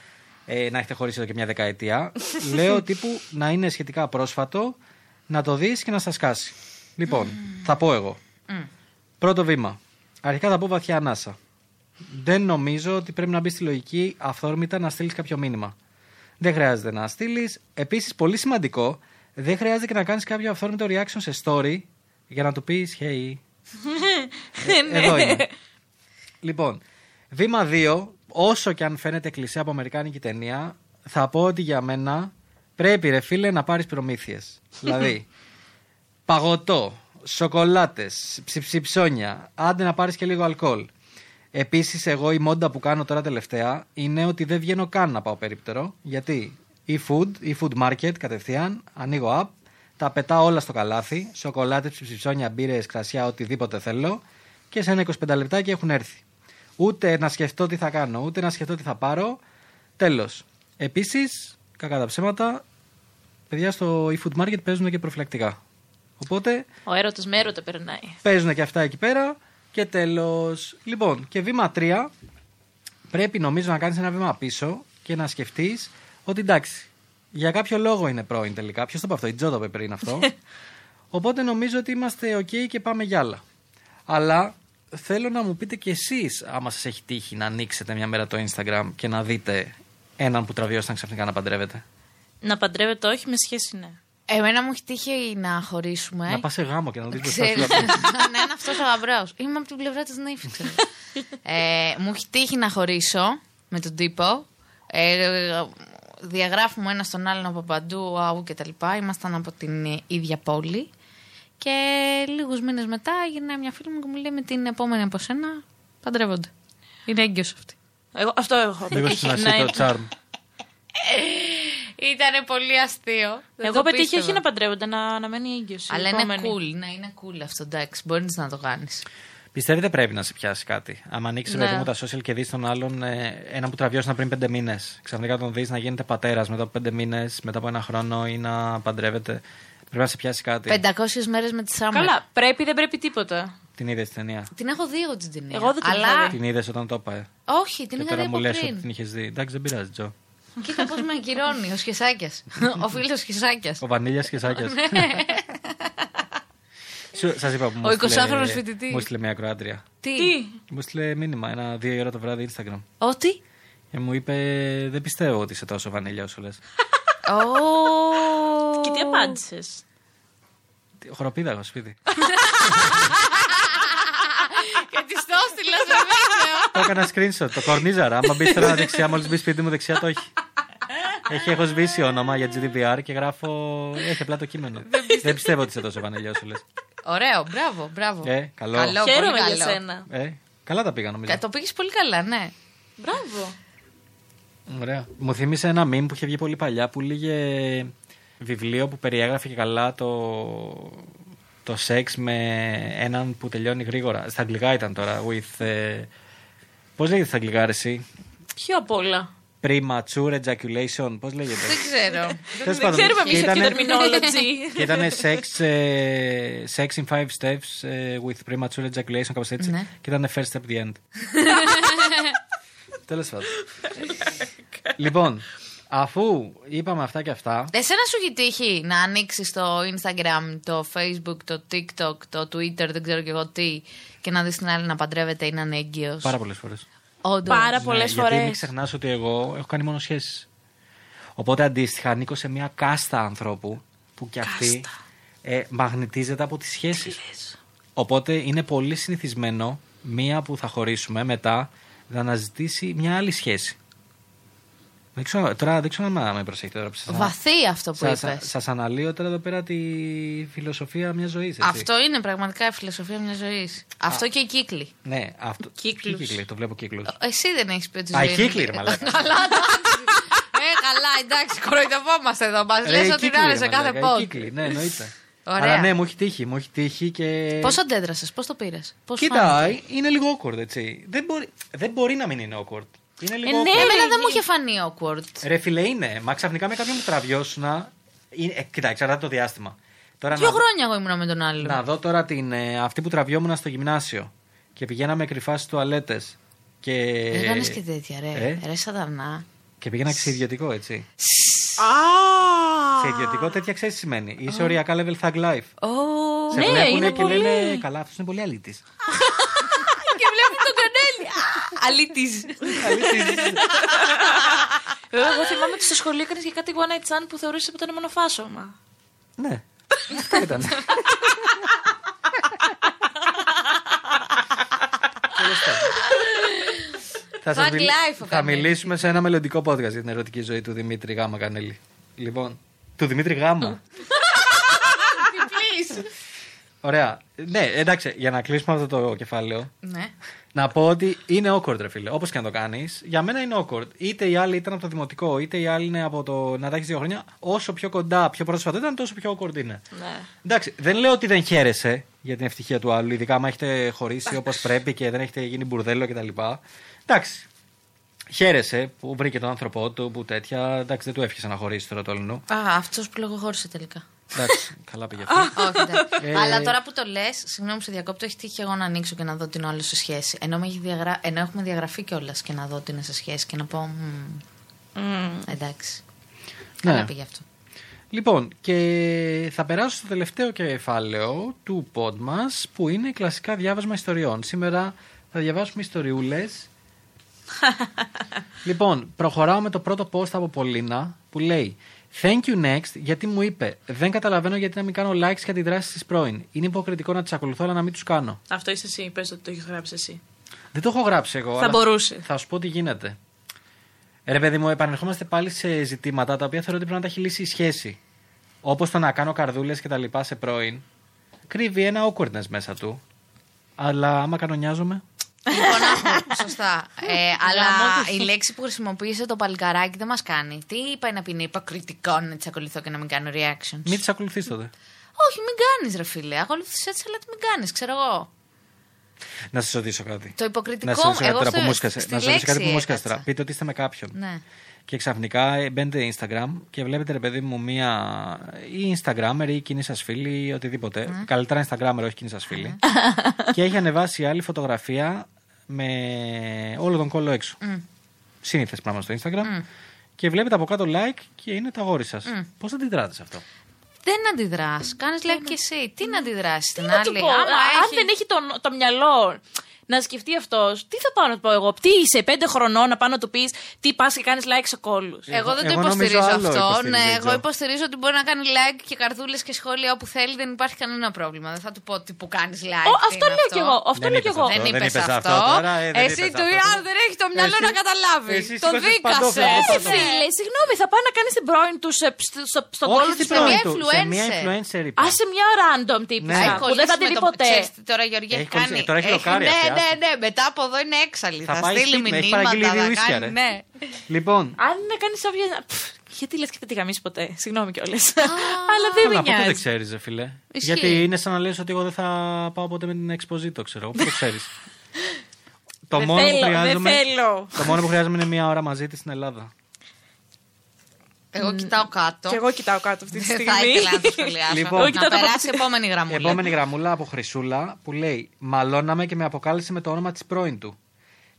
C: ε, να έχετε χωρίσει εδώ και μια δεκαετία. Λέω τύπου να είναι σχετικά πρόσφατο, να το δεις και να σα κάσει. Λοιπόν, θα πω εγώ. Πρώτο βήμα. Αρχικά θα πω βαθιά ανάσα. Δεν νομίζω ότι πρέπει να μπεις στη λογική αυθόρμητα να στείλεις κάποιο μήνυμα. Δεν χρειάζεται να στείλεις. Επίσης, πολύ σημαντικό, δεν χρειάζεται και να κάνεις κάποιο αυθόρμητο reaction σε story για να του πεις Hey. Ε, Εδώ είναι. Λοιπόν, βήμα 2, όσο και αν φαίνεται κλεισέ από Αμερικάνικη ταινία, θα πω ότι για μένα πρέπει ρε φίλε να πάρεις προμήθειες. δηλαδή, παγωτό, σοκολάτες, ψιψιψόνια, άντε να πάρεις και λίγο αλκοόλ. Επίσης εγώ η μόντα που κάνω τώρα τελευταία είναι ότι δεν βγαίνω καν να πάω περίπτερο, γιατί ή food, ή food market κατευθείαν, ανοίγω app, τα πετάω όλα στο καλάθι, σοκολάτες, ψιψιψόνια, μπύρες, κρασιά, οτιδήποτε θέλω και σε ένα 25 λεπτάκι έχουν έρθει. Ούτε να σκεφτώ τι θα κάνω, ούτε να σκεφτώ τι θα πάρω. Τέλος. Επίσης, κακά τα ψέματα, παιδιά στο e-food market παίζουν και προφυλακτικά. Οπότε
D: Ο έρωτα με έρωτα περνάει.
C: παίζουν και αυτά εκεί πέρα. Και τέλος. Λοιπόν, και βήμα 3. Πρέπει νομίζω να κάνεις ένα βήμα πίσω και να σκεφτείς ότι εντάξει, για κάποιο λόγο είναι πρώην τελικά. Ποιος το είπε αυτό, η Τζότα είπε πριν αυτό. Οπότε νομίζω ότι είμαστε OK και πάμε για άλλα. Αλλά θέλω να μου πείτε κι εσείς, άμα σας έχει τύχει να ανοίξετε μια μέρα το Instagram και να δείτε έναν που τραβιώσταν ξαφνικά να παντρεύεται.
D: Να παντρεύεται, όχι, με σχέση ναι.
E: Εμένα μου έχει τύχει να χωρίσουμε.
C: Να πας σε γάμο και να δείτε το
E: Ξέρεις,
C: αυτού.
E: ναι, είναι αυτός ο γαμπρός. Είμαι από την πλευρά της Νύφη. ε, μου έχει τύχει να χωρίσω με τον τύπο. Ε, διαγράφουμε ένα στον άλλον από παντού, αού και τα λοιπά. Ήμασταν από την ε, ίδια πόλη. Και λίγους μήνες μετά γυρνάει μια φίλη μου και μου λέει με την επόμενη από σένα παντρεύονται. Είναι έγκυος αυτή.
D: Εγώ, αυτό έχω. Ναι,
C: Λίγο στην αρχή το charm.
E: Ήταν πολύ αστείο. Δεν
D: Εγώ
E: το
D: πετύχει όχι
E: πίστευα.
D: να παντρεύονται, να, να μένει έγκυος. η
E: Αλλά είναι
D: επόμενη.
E: cool, να είναι cool αυτό. Εντάξει, μπορείς να το κάνεις.
C: Πιστεύετε πρέπει να σε πιάσει κάτι. Αν ανοίξεις
D: Ναι.
C: παιδί μου τα social και δεις τον άλλον ε, ένα που τραβιώσαν πριν πέντε μήνες. Ξαφνικά τον δεις να γίνεται πατέρας μετά από πέντε μήνες, μετά από ένα χρόνο ή να παντρεύεται. Πρέπει να σε πιάσει κάτι.
E: 500 μέρες με τη Σάμερ.
D: Καλά, πρέπει, δεν πρέπει τίποτα.
C: Την είδες την ταινία.
E: Την έχω δει εγώ την ταινία.
D: Εγώ δεν την
E: Αλλά...
D: είχα
C: Την είδες όταν το είπα. ε.
E: Όχι, την
C: Και
E: είχα
C: τώρα
E: δει
C: μου
E: από
C: λες ότι την
E: πριν.
C: είχες δει. Εντάξει, δεν πειράζει, Τζο.
E: Κοίτα πώς με ακυρώνει ο Σχεσάκιας. ο φίλος Σχεσάκιας.
C: Ο Βανίλιας και Σάκια. Σας είπα που μου
E: Ναι. Ο
C: έστειλε-
E: 20χρονος φοιτητής.
C: Μου έστειλε μια Κροάτρια.
E: Τι.
D: Τι,
C: Μου έστειλε μήνυμα, ένα δύο η ώρα το βράδυ Instagram.
E: Ότι.
C: Και μου είπε, Δεν πιστεύω ότι είσαι τόσο βανίλια όσο λες.
E: Ω.
D: και τι απάντησες.
C: Χοροπίδαγο σπίτι.
E: Και της το έστειλα στο βίντεο.
C: Το έκανα screenshot, το κορνίζαρα. Άμα μπεις τώρα δεξιά, μόλις μπεις σπίτι μου δεξιά το έχει. Έχει, έχω σβήσει όνομα για GDPR και γράφω. Έχει απλά το κείμενο. Δεν πιστεύω ότι είσαι τόσο βανελιός, σου λες.
E: Ωραίο, μπράβο, μπράβο.
C: Ε, καλό.
E: Καλό. πολύ
D: Χαίρομαι για
E: καλό.
D: σένα.
C: Ε, καλά τα πήγα νομίζω.
E: Κα- Το πήγες πολύ καλά, ναι.
D: Μπράβο.
C: Ωραία. Μου θύμισε ένα meme που είχε βγει πολύ παλιά που λέγε βιβλίο που περιέγραφε και καλά το, το σεξ με έναν που τελειώνει γρήγορα. Στα αγγλικά ήταν τώρα. With, ε, πώς λέγεται στα αγγλικά ρε εσύ?
D: Πιο απ' όλα.
C: Premature ejaculation. Πώς λέγεται.
E: Δεν ξέρω.
C: Τέλος
D: Δεν
C: πάντων,
D: ξέρουμε εμείς
C: και
D: αυτή
C: ήτανε-
D: την terminology.
C: Και ήταν sex, ε, sex in five steps ε, with premature ejaculation, κάπως έτσι.
E: Ναι.
C: Και ήταν first step the end. Τέλος πάντων. λοιπόν, αφού είπαμε αυτά και αυτά,
E: Εσένα σου έχει τύχει να ανοίξεις το Instagram, το Facebook, το TikTok, το Twitter, δεν ξέρω και εγώ τι, και να δεις την άλλη να παντρεύεται ή να είναι έγκυο.
C: πάρα πολλές φορές.
D: Πάρα πολλές
C: Ναι, Γιατί
D: φορές.
C: μην ξεχνάς ότι εγώ έχω κάνει μόνο σχέσει. Οπότε αντίστοιχα ανήκω σε μια κάστα ανθρώπου που κι αυτή ε, μαγνητίζεται από τις σχέσει. Οπότε είναι πολύ συνηθισμένο μία που θα χωρίσουμε μετά να αναζητήσει μια άλλη σχέση. Δεν ξέρω, τώρα δεν ξέρω αν με προσέχετε τώρα που σας ανα-
E: Βαθύ αυτό που
C: σας-
E: είπες.
C: σας αναλύω τώρα εδώ πέρα τη φιλοσοφία μιας ζωής.
E: Αυτό είναι πραγματικά η φιλοσοφία μιας ζωής. Αυτό και οι κύκλοι. Ε,
C: Ναι, αυτό.
D: Κύκλους.
C: Τι κύκλοι, το βλέπω κύκλους.
E: Εσύ δεν έχεις πει ότι η
C: Α,
E: ζωή.
C: οι
E: είναι
C: κύκλοι, ρε
E: κύκλη.
C: μαλάκα.
E: Καλά, εντάξει. Ε, καλά, εντάξει, κοροϊδευόμαστε εδώ. Μας
C: Ρε,
E: λε
C: Ε, οι
E: ότι
C: κύκλοι,
E: είναι
C: ρε
E: σε
C: μαλάκα,
E: κάθε
C: οι
E: πόντ.
C: κύκλοι, Ναι, εννοείται.
E: Ωραία.
C: Αλλά ναι, μου έχει τύχει. Μου έχει τύχει και.
E: Πώς αντέδρασες, πώς το πήρες.
C: Κοίτα, είναι λίγο awkward, έτσι. Δεν μπορεί, δεν μπορεί να μην είναι awkward. Είναι λίγο
D: Ε, ναι.
C: awkward.
E: Εμένα δεν
D: Λογική.
E: μου είχε φανεί awkward.
C: Ρε φίλε, είναι. Μα ξαφνικά με κάποιον που τραβιώσουν. να- είναι- Ε, κοίτα, εξαρτάται το διάστημα. Τώρα
E: Δύο
C: να,
E: χρόνια εγώ ήμουνα με τον άλλο.
C: να δω τώρα την, ε, αυτή που τραβιόμουν στο γυμνάσιο. και πηγαίναμε κρυφά στις τουαλέτες. Και...
E: Ε, Δεν κάνει και τέτοια, ρε.
C: Ε.
E: Ρε σατανά.
C: και πήγαινα σε ιδιωτικό, έτσι.
D: Α!
C: Σε ιδιωτικό τέτοια ξέρεις τι σημαίνει. Είσαι οριακά level thug life.
E: Ω,
C: Σε
D: Ναι,
C: βλέπουνε
D: είναι
C: και
D: πολύ.
C: λένε καλά, αυτός είναι πολύ αλήτης.
E: Και βλέπει τον κανέλη. Αλήτη.
D: Βέβαια, εγώ θυμάμαι ότι στο σχολείο έκανες και κάτι one night stand που θεωρούσες ότι ήταν μονοφάσωμα.
C: ναι, αυτό ήταν. Τέλος πάντων. Θα, σας
E: Thug
C: μιλ-
E: life
C: θα
E: ο Κανέλης.
C: μιλήσουμε σε ένα μελλοντικό podcast για την ερωτική ζωή του Δημήτρη Γάμα Κανέλη. Λοιπόν, του Δημήτρη Γάμα. Ωραία. Ναι, εντάξει, για να κλείσουμε αυτό το κεφάλαιο.
E: Ναι.
C: Να πω ότι είναι awkward, ρε φίλε. Όπως και να το κάνεις, για μένα είναι awkward. Είτε οι άλλοι ήταν από το δημοτικό, είτε οι άλλοι είναι από το να τα έχεις δύο χρόνια. Όσο πιο κοντά, πιο πρόσφατα ήταν, τόσο πιο awkward είναι.
D: Ναι.
C: Εντάξει, δεν λέω ότι δεν χαίρεσαι για την ευτυχία του άλλου, ειδικά άμα έχετε χωρίσει όπως πρέπει και δεν έχετε γίνει μπουρδέλο κτλ. Εντάξει. Χαίρεσαι που βρήκε τον άνθρωπό του, που τέτοια. Εντάξει, δεν του έφυγε να χωρίσει τώρα το αλλού.
E: Α, αυτός που λέγω χώρισε τελικά.
C: Εντάξει, καλά πήγε αυτό.
E: Όχι, εντάξει.
C: Ε.
E: Αλλά τώρα που το λες, συγγνώμη σε διακόπτω, έχει τύχει και εγώ να ανοίξω και να δω την άλλο σε σχέση. Ενώ, με έχει διαγρα... Ενώ έχουμε διαγραφεί κιόλας και να δω ότι είναι σε σχέση και να πω. «Μμμ,
D: Μμμ.
E: Εντάξει.
C: Ναι.
E: Καλά πήγε αυτό.
C: Λοιπόν, και θα περάσω στο τελευταίο κεφάλαιο του pod μας που είναι κλασικά διάβασμα ιστοριών. Σήμερα θα διαβάσουμε ιστοριούλες. λοιπόν, προχωράω με το πρώτο post από Πολίνα που λέει Thank you next γιατί μου είπε Δεν καταλαβαίνω γιατί να μην κάνω likes και αντιδράσεις στις πρώην. Είναι υποκριτικό να τις ακολουθώ αλλά να μην τους κάνω.
D: Αυτό είσαι εσύ, πες ότι το έχεις γράψει εσύ.
C: Δεν το έχω γράψει εγώ.
D: Θα
C: αλλά
D: μπορούσε.
C: Θα σου πω τι γίνεται. Ρε παιδί μου, επανερχόμαστε πάλι σε ζητήματα τα οποία θεωρώ ότι πρέπει να τα έχει λύσει η σχέση. Όπως το να κάνω καρδούλες και τα λοιπά σε πρώην. Κρύβει ένα awkwardness μέσα του. Αλλά άμα κανονιάζομαι.
E: Λοιπόν, άκου, σωστά. Ε,
D: Γαμώ
E: αλλά
D: τους.
E: η λέξη που χρησιμοποίησε το παλικαράκι δεν μας κάνει. Τι είπα να πίνει, είπα κριτικό να τη ακολουθώ και να μην κάνω reactions.
C: Μην τι ακολουθεί τότε.
E: Όχι, μην κάνεις, ρε φίλε. Ακολουθήσει έτσι, αλλά τι μην κάνεις, ξέρω εγώ.
C: Να σα ρωτήσω κάτι.
E: Το
C: Να
E: υποκριτικό-
C: σα ρωτήσω κάτι
E: εγώ
C: τώρα
E: στο-
C: που μουσκασε.
E: στη
C: Να σα ρωτήσω κάτι
E: λέξη
C: που μουσκασε τώρα.
E: έκατσα.
C: Πείτε ότι είστε με κάποιον.
E: Ναι.
C: Και ξαφνικά ε, μπαίνετε Instagram και βλέπετε, ρε παιδί μου, μία ή Instagrammer ή κοινή σας φίλη ή οτιδήποτε.
E: Ναι.
C: Καλύτερα Instagrammer, όχι κοινή σας φίλη. και έχει ανεβάσει άλλη φωτογραφία με όλο τον κόλλο έξω.
E: Mm.
C: Σύνηθες πράγμα στο Instagram. Και βλέπετε από κάτω like και είναι το αγόρι σας.
E: Mm.
C: Πώ θα αντιδράτε σε αυτό.
E: Δεν αντιδράς. Κάνεις like και εσύ. Τι να αντιδράσεις την
D: Να του
E: άλλη.
D: πω,
E: άμα
D: αν
E: έχει-
D: δεν έχει το, το μυαλό να σκεφτεί αυτός, τι θα πάω να του πω εγώ. Τι είσαι, πέντε χρονών να πάω να του πεις τι πας και κάνεις like σε κόλλους.
E: Εγώ δεν το
C: Εγώ νομίζω
E: υποστηρίζω
C: άλλο
E: αυτό.
C: υποστηρίζει,
E: Ναι,
C: Τζο.
E: εγώ υποστηρίζω ότι μπορεί να κάνει like και καρδούλες και σχόλια όπου θέλει. Δεν υπάρχει κανένα πρόβλημα. Δεν θα του πω τι που κάνεις like.
D: Ω,
E: τι
D: αυτό
E: είναι
D: λέω κι εγώ. Αυτό
C: Δεν
D: λέω κι
C: είπες
D: εγώ. Ε,
C: αυτό.
E: Δεν
C: Δεν
E: είπες
C: είπες
E: αυτό.
C: αυτό τώρα, ε, δεν
E: Εσύ
C: είπες
E: του
C: αυτό.
E: αν δεν έχεις το μυαλό
C: Εσύ-
E: να καταλάβεις.
C: εσύ
E: Το
C: σήκωσες
E: δίκασε.
C: παντόφλα.
D: Ε, φίλε, συγγνώμη, θα πάει να κάνει την πρώην του σε, στο- στο- στον κόλλο του
C: στην
E: σε
C: πρώην
E: μία
C: του, σε μία
E: influencer.
C: influencer. είπα.
D: Α, σε μια random τύπησα
C: Ναι.
E: Έχει
D: που δεν θα
E: κολλήσει
D: τη
E: με
D: δει
E: το-
D: ποτέ.
E: Ξέρεις τι τώρα η Γεωργία
C: Έχει
E: έχει
C: κολλήσει.
E: κάνει.
C: Τώρα έχει λοκάρει
E: Ναι,
C: αυτή, άστα.
E: ναι, ναι. Μετά από εδώ είναι έξαλλη.
C: Θα
E: Θα
C: πάει
E: στείλει
C: σπίτι, με, έχει παραγγείλει
E: μηνύματα. θα
C: δύο ίσια,
E: κάνει-
C: ρε.
E: Ναι.
C: Λοιπόν,
D: Αν είναι κάνει άβια. Γιατί λες και δεν τη γαμίσει ποτέ. Συγγνώμη κιόλας. Αλλά δεν
C: καλά,
D: με
C: πότε δεν
D: νοιάζει.
C: ξέρει, φίλε.
E: Ισχύει.
C: Γιατί είναι σαν να λες ότι εγώ δεν θα πάω ποτέ με την Exposito, ξέρω. Πού το ξέρεις. το,
D: Δεν
C: μόνο που
D: θέλω, δεν
C: χρειάζομαι-
D: θέλω.
C: το μόνο που χρειάζομαι είναι μία ώρα μαζί της στην Ελλάδα.
E: Εγώ κοιτάω κάτω.
D: Και εγώ κοιτάω κάτω αυτή τη
E: Δεν
D: στιγμή.
E: θα ήθελα να το σχολιάσω.
C: Λοιπόν. Εγώ
E: να
D: κοιτάω το
E: περάσει η επόμενη γραμμή.
C: Επόμενη γραμμούλα από Χρυσούλα που λέει Μαλώναμε και με αποκάλεσε με το όνομα της πρώην του.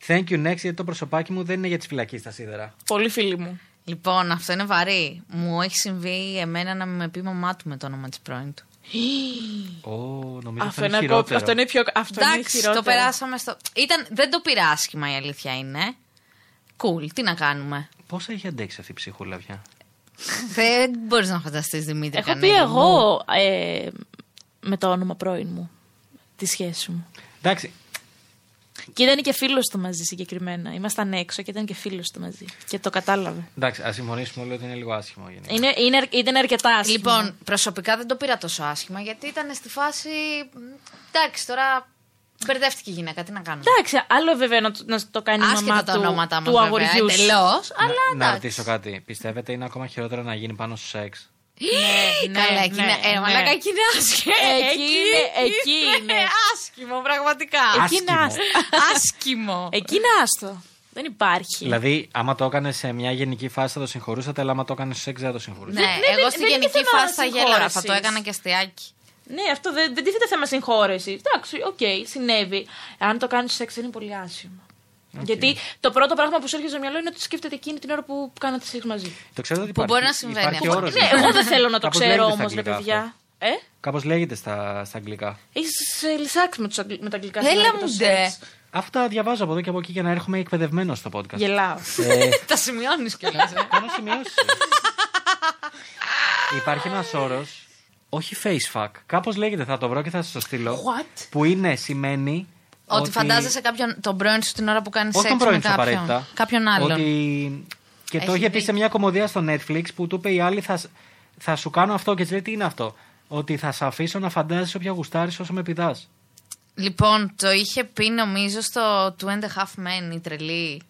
C: Thank you next γιατί το προσωπάκι μου δεν είναι για τις φυλακή στα σίδερα.
D: Πολύ φίλοι μου.
E: Λοιπόν, αυτό είναι βαρύ. Μου έχει συμβεί εμένα να με πει η μαμά του με το όνομα της πρώην του.
C: Ω, νομίζω αυτό
D: Αυτό
C: είναι
D: είναι, κόπ-
C: χειρότερο.
D: αυτό είναι πιο. Αυτό είναι
E: Εντάξει,
D: χειρότερο.
E: το περάσαμε στο. Ήταν, δεν το πήρα άσχημα η αλήθεια είναι. Κουλ, τι να κάνουμε.
C: Πόσα έχει αντέξει αυτή η ψυχούλα πια.
E: δεν μπορείς να φανταστείς Δημήτρη
D: Έχω πει
E: Κανέλη μου.
D: εγώ ε, με το όνομα πρώην μου τη σχέση μου.
C: Εντάξει,
D: Και ήταν και φίλος του μαζί συγκεκριμένα. Ήμασταν έξω και ήταν και φίλος του μαζί. Και το κατάλαβε.
C: εντάξει ας συμφωνήσουμε όλοι ότι είναι λίγο άσχημο γενικά.
D: Είναι, είναι, αρ- ήταν αρκετά άσχημο.
E: Λοιπόν, προσωπικά δεν το πήρα τόσο άσχημα γιατί ήταν στη φάση. μ, Εντάξει, τώρα μπερδεύτηκε η γυναίκα, τι να κάνουμε.
D: Εντάξει, άλλο βέβαια να, το- να το κάνει η μαμά
E: Άσχετα τα
D: του,
E: ονόματά μας.
D: του αγοριού. σου.
E: Εντελώ, αλλά
C: να, να
E: εντάξει.
C: ρωτήσω κάτι. Πιστεύετε είναι ακόμα χειρότερο να γίνει πάνω στο σεξ.
E: Ναι, Καλά, εκεί είναι. Ε, μαλάκα, εκεί είναι άσχημο.
D: Εκεί είναι- εκεί είναι.
E: άσχημο, πραγματικά.
D: Εκεί είναι
C: Άσχημο.
D: άστο.
E: άσχημο.
D: Εκεί είναι άστο. Δεν υπάρχει.
C: Δηλαδή, άμα το έκανε σε μια γενική φάση θα το συγχωρούσατε, αλλά άμα το έκανε σε σεξ δεν θα το συγχωρούσατε.
E: Ναι,
D: ναι,
E: εγώ
D: ναι,
E: στη
D: δεν είναι
E: γενική
D: θέμα
E: φάση θα γέλαγα. Θα το
D: συγχώρεσης.
E: έκανα και αστείακι.
D: Ναι, αυτό δεν, δεν τίθεται θέμα συγχώρεσης. Εντάξει, οκ, συνέβη. Αν το κάνεις σεξ είναι πολύ άσχημο. Γιατί το πρώτο πράγμα που σου έρχεται στο μυαλό είναι ότι σκέφτεται εκείνη την ώρα που κάνατε σεξ μαζί.
C: Το ξέρετε ότι
E: Που
C: υπάρχει-
E: μπορεί να συμβαίνει
C: υπάρχει
E: αυτό.
C: όρος,
D: Ναι, εγώ δεν θέλω να το
C: Κάπως
D: ξέρω
C: λέγεται στα
D: όμως, ρε
C: αγγλικά
D: παιδιά.
C: αυτό.
D: Ε,
C: Κάπως λέγεται στα, στα αγγλικά.
D: έχεις λυσάξει με, τους αγγλ- με τα αγγλικά
E: Έλα
D: σημαία και το
E: μου, ντε.
D: σεξ.
C: Αυτά τα διαβάζω από εδώ και από εκεί για να έρχομαι εκπαιδευμένος στο podcast.
D: Γελάω.
C: Ε,
E: Τα σημειώνεις κιόλας.
C: Κάνω σημειώσεις. Υπάρχει ένας όρος. Όχι face fuck. Κάπως λέγεται, θα το βρω και θα σας το στείλω.
D: What?
C: Που είναι, σημαίνει.
E: Ότι φαντάζεσαι κάποιον, τον πρώην σου την ώρα που κάνεις
C: Όχι
E: σεξ
C: τον
E: με
C: πρώην σου
E: κάποιον.
C: απαραίτητα.
E: Κάποιον άλλον.
C: Ότι... Και το
E: Έχει
C: είχε πει σε
E: δίκιο.
C: μια κομμωδία στο Netflix που του είπε η άλλη θα, σ- θα σου κάνω αυτό και της λέει τι είναι αυτό. Ότι θα σε αφήσω να φαντάζεσαι όποια γουστάρεις όσο με πηδάς.
E: Λοιπόν, το είχε πει νομίζω στο Two and a Half Men η τρελή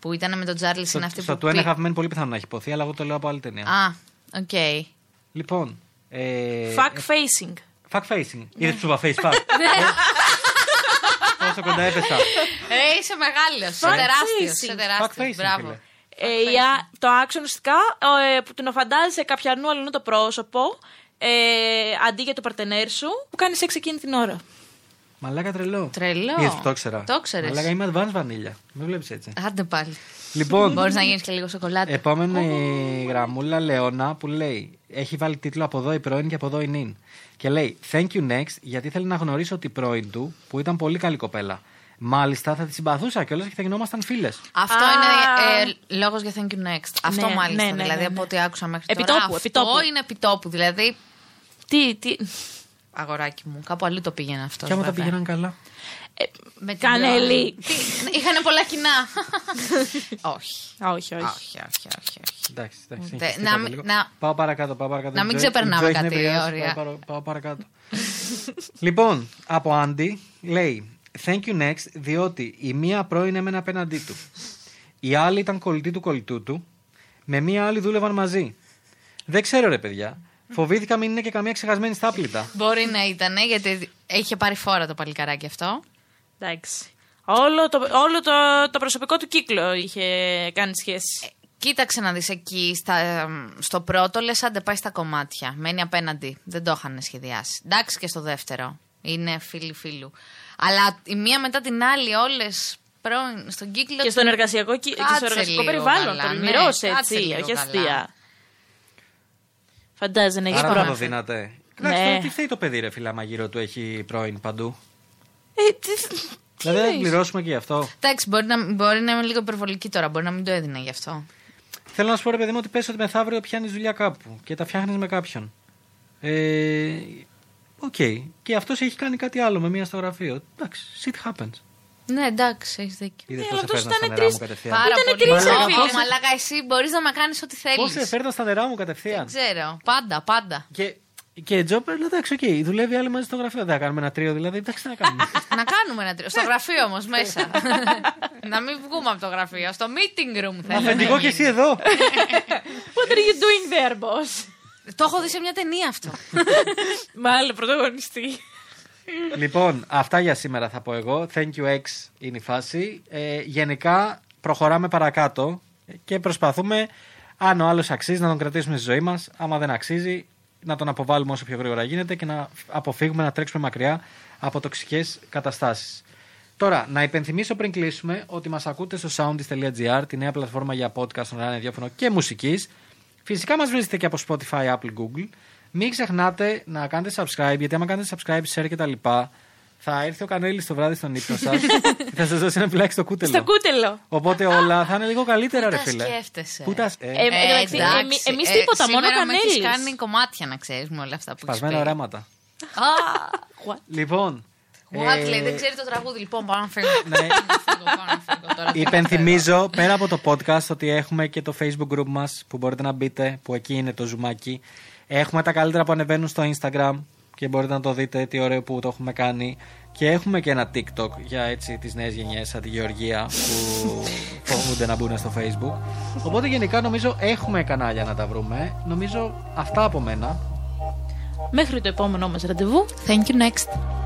E: που ήταν με τον Τζάρλι.
C: Στο,
E: Είναι αυτή
C: στο
E: που.
C: Two and
E: πει-
C: a Half Men πολύ πιθανό να έχει υποθεί, αλλά εγώ το λέω από άλλη ταινία.
E: Α, οκ.
C: Λοιπόν. Ε,
D: Fuck facing.
C: Fuck facing.
E: Ναι.
C: Είδες που σου είπα face fuck. Πόσο κοντά έπεσα.
E: Ε, είσαι μεγάλος. Είσαι
D: Fuck
E: τεράστιο.
D: facing.
E: Είσαι
C: Fuck
E: τεράστιος.
C: facing.
E: Μπράβο.
C: φίλε.
D: Ε, η α- το action ουσιαστικά ε, που την φαντάζεσαι κάποια νου αλλού το πρόσωπο ε, αντί για το παρτενέρ σου που κάνει σεξ εκείνη την ώρα.
C: Μαλάκα τρελό.
E: Τρελό.
C: Είδες που το ήξερα.
E: Το ήξερες.
C: Μαλάκα είμαι advanced vanilla. Με βλέπεις έτσι.
E: Άντε πάλι.
C: λοιπόν,
E: Μπορείς να γίνεις και λίγο σοκολάτα.
C: επόμενη γραμμούλα Λεώνα που λέει: Έχει βάλει τίτλο Από εδώ η πρώην και από εδώ η νυν. Και λέει: Thank you next, γιατί θέλει να γνωρίσω την πρώην του που ήταν πολύ καλή κοπέλα. Μάλιστα θα τη συμπαθούσα κιόλας και θα γινόμασταν φίλες.
E: Αυτό
D: Α.
E: είναι ε, λόγος για thank you next. Αυτό
D: ναι,
E: μάλιστα.
D: ναι, ναι,
E: δηλαδή
D: ναι.
E: από ό,τι άκουσα μέχρι τώρα.
D: Επιτόπου,
E: Αυτό
D: επιτόπου.
E: είναι επιτόπου. Δηλαδή.
D: Τι, τι.
E: Αγοράκι μου, κάπου αλλού το πήγαινε αυτό.
C: Και άμα τα
E: βέβαια.
C: πήγαιναν καλά.
D: Ε,
E: Με την
D: Κανέλη.
E: πρώτη. Είχανε πολλά κοινά. όχι.
D: Α, όχι, όχι.
E: Όχι, όχι, όχι. όχι.
C: Εντάξει, εντάξει.
E: Τε-
C: συγχυστήκατε
E: να μην-
C: λίγο.
E: να-
C: Πάω παρακάτω, πάω παρακάτω.
E: Να μην
C: Η Joy- η
E: ξεπερνάμε
C: Joy
E: κάτι,
C: έχει νευριάσει,
E: ωραία.
C: Πάω, παρα- πάω παρακάτω. λοιπόν, από Άντι λέει Thank you next, διότι η μία πρώην έμενε απέναντί του. Η άλλη ήταν κολλητή του κολλητού του. Με μία άλλη δούλευαν μαζί. Δεν ξέρω ρε παιδιά. Φοβήθηκα μην είναι και καμία ξεχασμένη
D: Ναι,
C: στάπλητα.
E: Μπορεί να ήταν, γιατί είχε πάρει φόρα το παλικαράκι αυτό.
D: Εντάξει. Όλο, το, όλο το, το προσωπικό του κύκλο είχε κάνει
E: Ε,
D: σχέση.
E: Κοίταξε να δεις εκεί στα, στο πρώτο λες άντε πάει στα κομμάτια. Μένει απέναντι. Δεν το είχαν σχεδιάσει. Εντάξει και στο δεύτερο. Είναι φίλοι φίλου. Αλλά η μία μετά την άλλη όλες πρώην στον κύκλο...
D: και στον εργασιακό, κύ- και
E: Κάτσε
D: στο εργασιακό
E: λίγο
D: περιβάλλον.
E: καλά,
D: το
E: ναι,
D: λιμερός,
E: κάτσε
D: έτσι.
E: λίγο
D: Όχι
E: καλά.
D: αστεία. Φαντάζεσαι να έχεις
C: Άρα θα
D: πρόβλημα.
C: το δίνατε.
D: Ναι.
C: Εντάξει, τώρα τι φταίει το παιδί, ρε φίλα, μαγείρο του έχει πρώην παντού.
D: Ε, τι-
C: δηλαδή, δεν πληρώσουμε και γι' αυτό.
E: Εντάξει, μπορεί να, μπορεί να είμαι λίγο υπερβολική τώρα. Μπορεί να μην το έδινα γι' αυτό.
C: Θέλω να σου πω, ρε παιδί μου, ότι πες ότι μεθαύριο πιάνεις δουλειά κάπου και τα φτιάχνεις με κάποιον. Ε, Οκ. Και αυτός έχει κάνει κάτι άλλο με μία στο γραφείο. Εντάξει, shit happens.
E: Ναι, εντάξει, έχεις δίκιο.
C: Είδες
D: Ναι,
C: πώ
D: όντως
C: έφερνα στα
D: ήταν
C: νερά μου
D: τρεις-
C: κατευθείαν.
E: Πάρα
D: Ήτανε
E: πολύ.
D: τρεις
E: Μαλάκα,
D: εφήβες.
E: Ω, Μαλάκα, εσύ μπορείς να με κάνεις ό,τι θέλει.
C: Πώ έφερνα στα νερά μου κατευθείαν.
E: Ξέρω. Πάντα, πάντα.
C: Και, και Τζόπερ, εντάξει, οκ, δουλεύει άλλη μαζί στο γραφείο. Δεν θα κάνουμε ένα τρίο δηλαδή. Εντάξει, τι να κάνουμε.
E: να κάνουμε ένα τρίο. Στο γραφείο όμως μέσα. να μην βγούμε από το γραφείο. Στο meeting room θέλω.
C: Αφεντικό και εσύ εδώ.
D: What are you doing there, boss?
E: Το έχω δει σε μια ταινία αυτό.
D: Μάλλον πρωταγωνιστή.
C: λοιπόν, αυτά για σήμερα θα πω εγώ. Thank you, X είναι η φάση. Ε, γενικά, προχωράμε παρακάτω και προσπαθούμε, αν ο άλλος αξίζει, να τον κρατήσουμε στη ζωή μας. Άμα δεν αξίζει, να τον αποβάλουμε όσο πιο γρήγορα γίνεται και να αποφύγουμε να τρέξουμε μακριά από τοξικές καταστάσεις. Τώρα, να υπενθυμίσω πριν κλείσουμε ότι μας ακούτε στο soundis.gr, τη νέα πλατφόρμα για podcast, online ραδιόφωνο και μουσικής. Φυσικά μας βρίσκεται και από Spotify, Apple, Google. Μην ξεχνάτε να κάνετε subscribe, γιατί άμα κάνετε subscribe, share και τα λοιπά, θα έρθει ο Κανέλης το βράδυ στον ύπνο σας και θα σας δώσει ένα φυλάκι στο κούτελο.
D: Στο κούτελο.
C: Οπότε όλα θα είναι λίγο καλύτερα,
E: Πού
C: ρε
E: τα
C: φίλε.
E: σκέφτεσαι.
C: Πού τα σκ- ε,
D: Ε, εν τω μεταξύ,
E: εντάξει. Ε,
D: εμεί- εμείς τίποτα, μόνο
E: σήμερα με έχεις
D: Κανέλης.
E: κάνει κομμάτια να ξέρεις με όλα αυτά που έχεις πει.
C: σπασμένα οράματα. Λοιπόν.
E: What,
C: ε,
E: λέει, δεν ξέρει το τραγούδι. Λοιπόν, πάω να φύγω.
C: Ναι.
E: Φύγω, πάω να φύγω τώρα.
C: Υπενθυμίζω πέρα από το podcast ότι έχουμε και το facebook group μας που μπορείτε να μπείτε που εκεί είναι το ζουμάκι. Έχουμε τα καλύτερα που ανεβαίνουν στο instagram και μπορείτε να το δείτε τι ωραίο που το έχουμε κάνει. Και έχουμε και ένα tiktok για έτσι τις νέες γενιές σαν τη Γεωργία που φοβούνται να μπουν στο facebook. Οπότε γενικά νομίζω έχουμε κανάλια να τα βρούμε. Νομίζω αυτά από μένα.
D: Μέχρι το επόμενό μας ραντεβού.
E: Thank you next.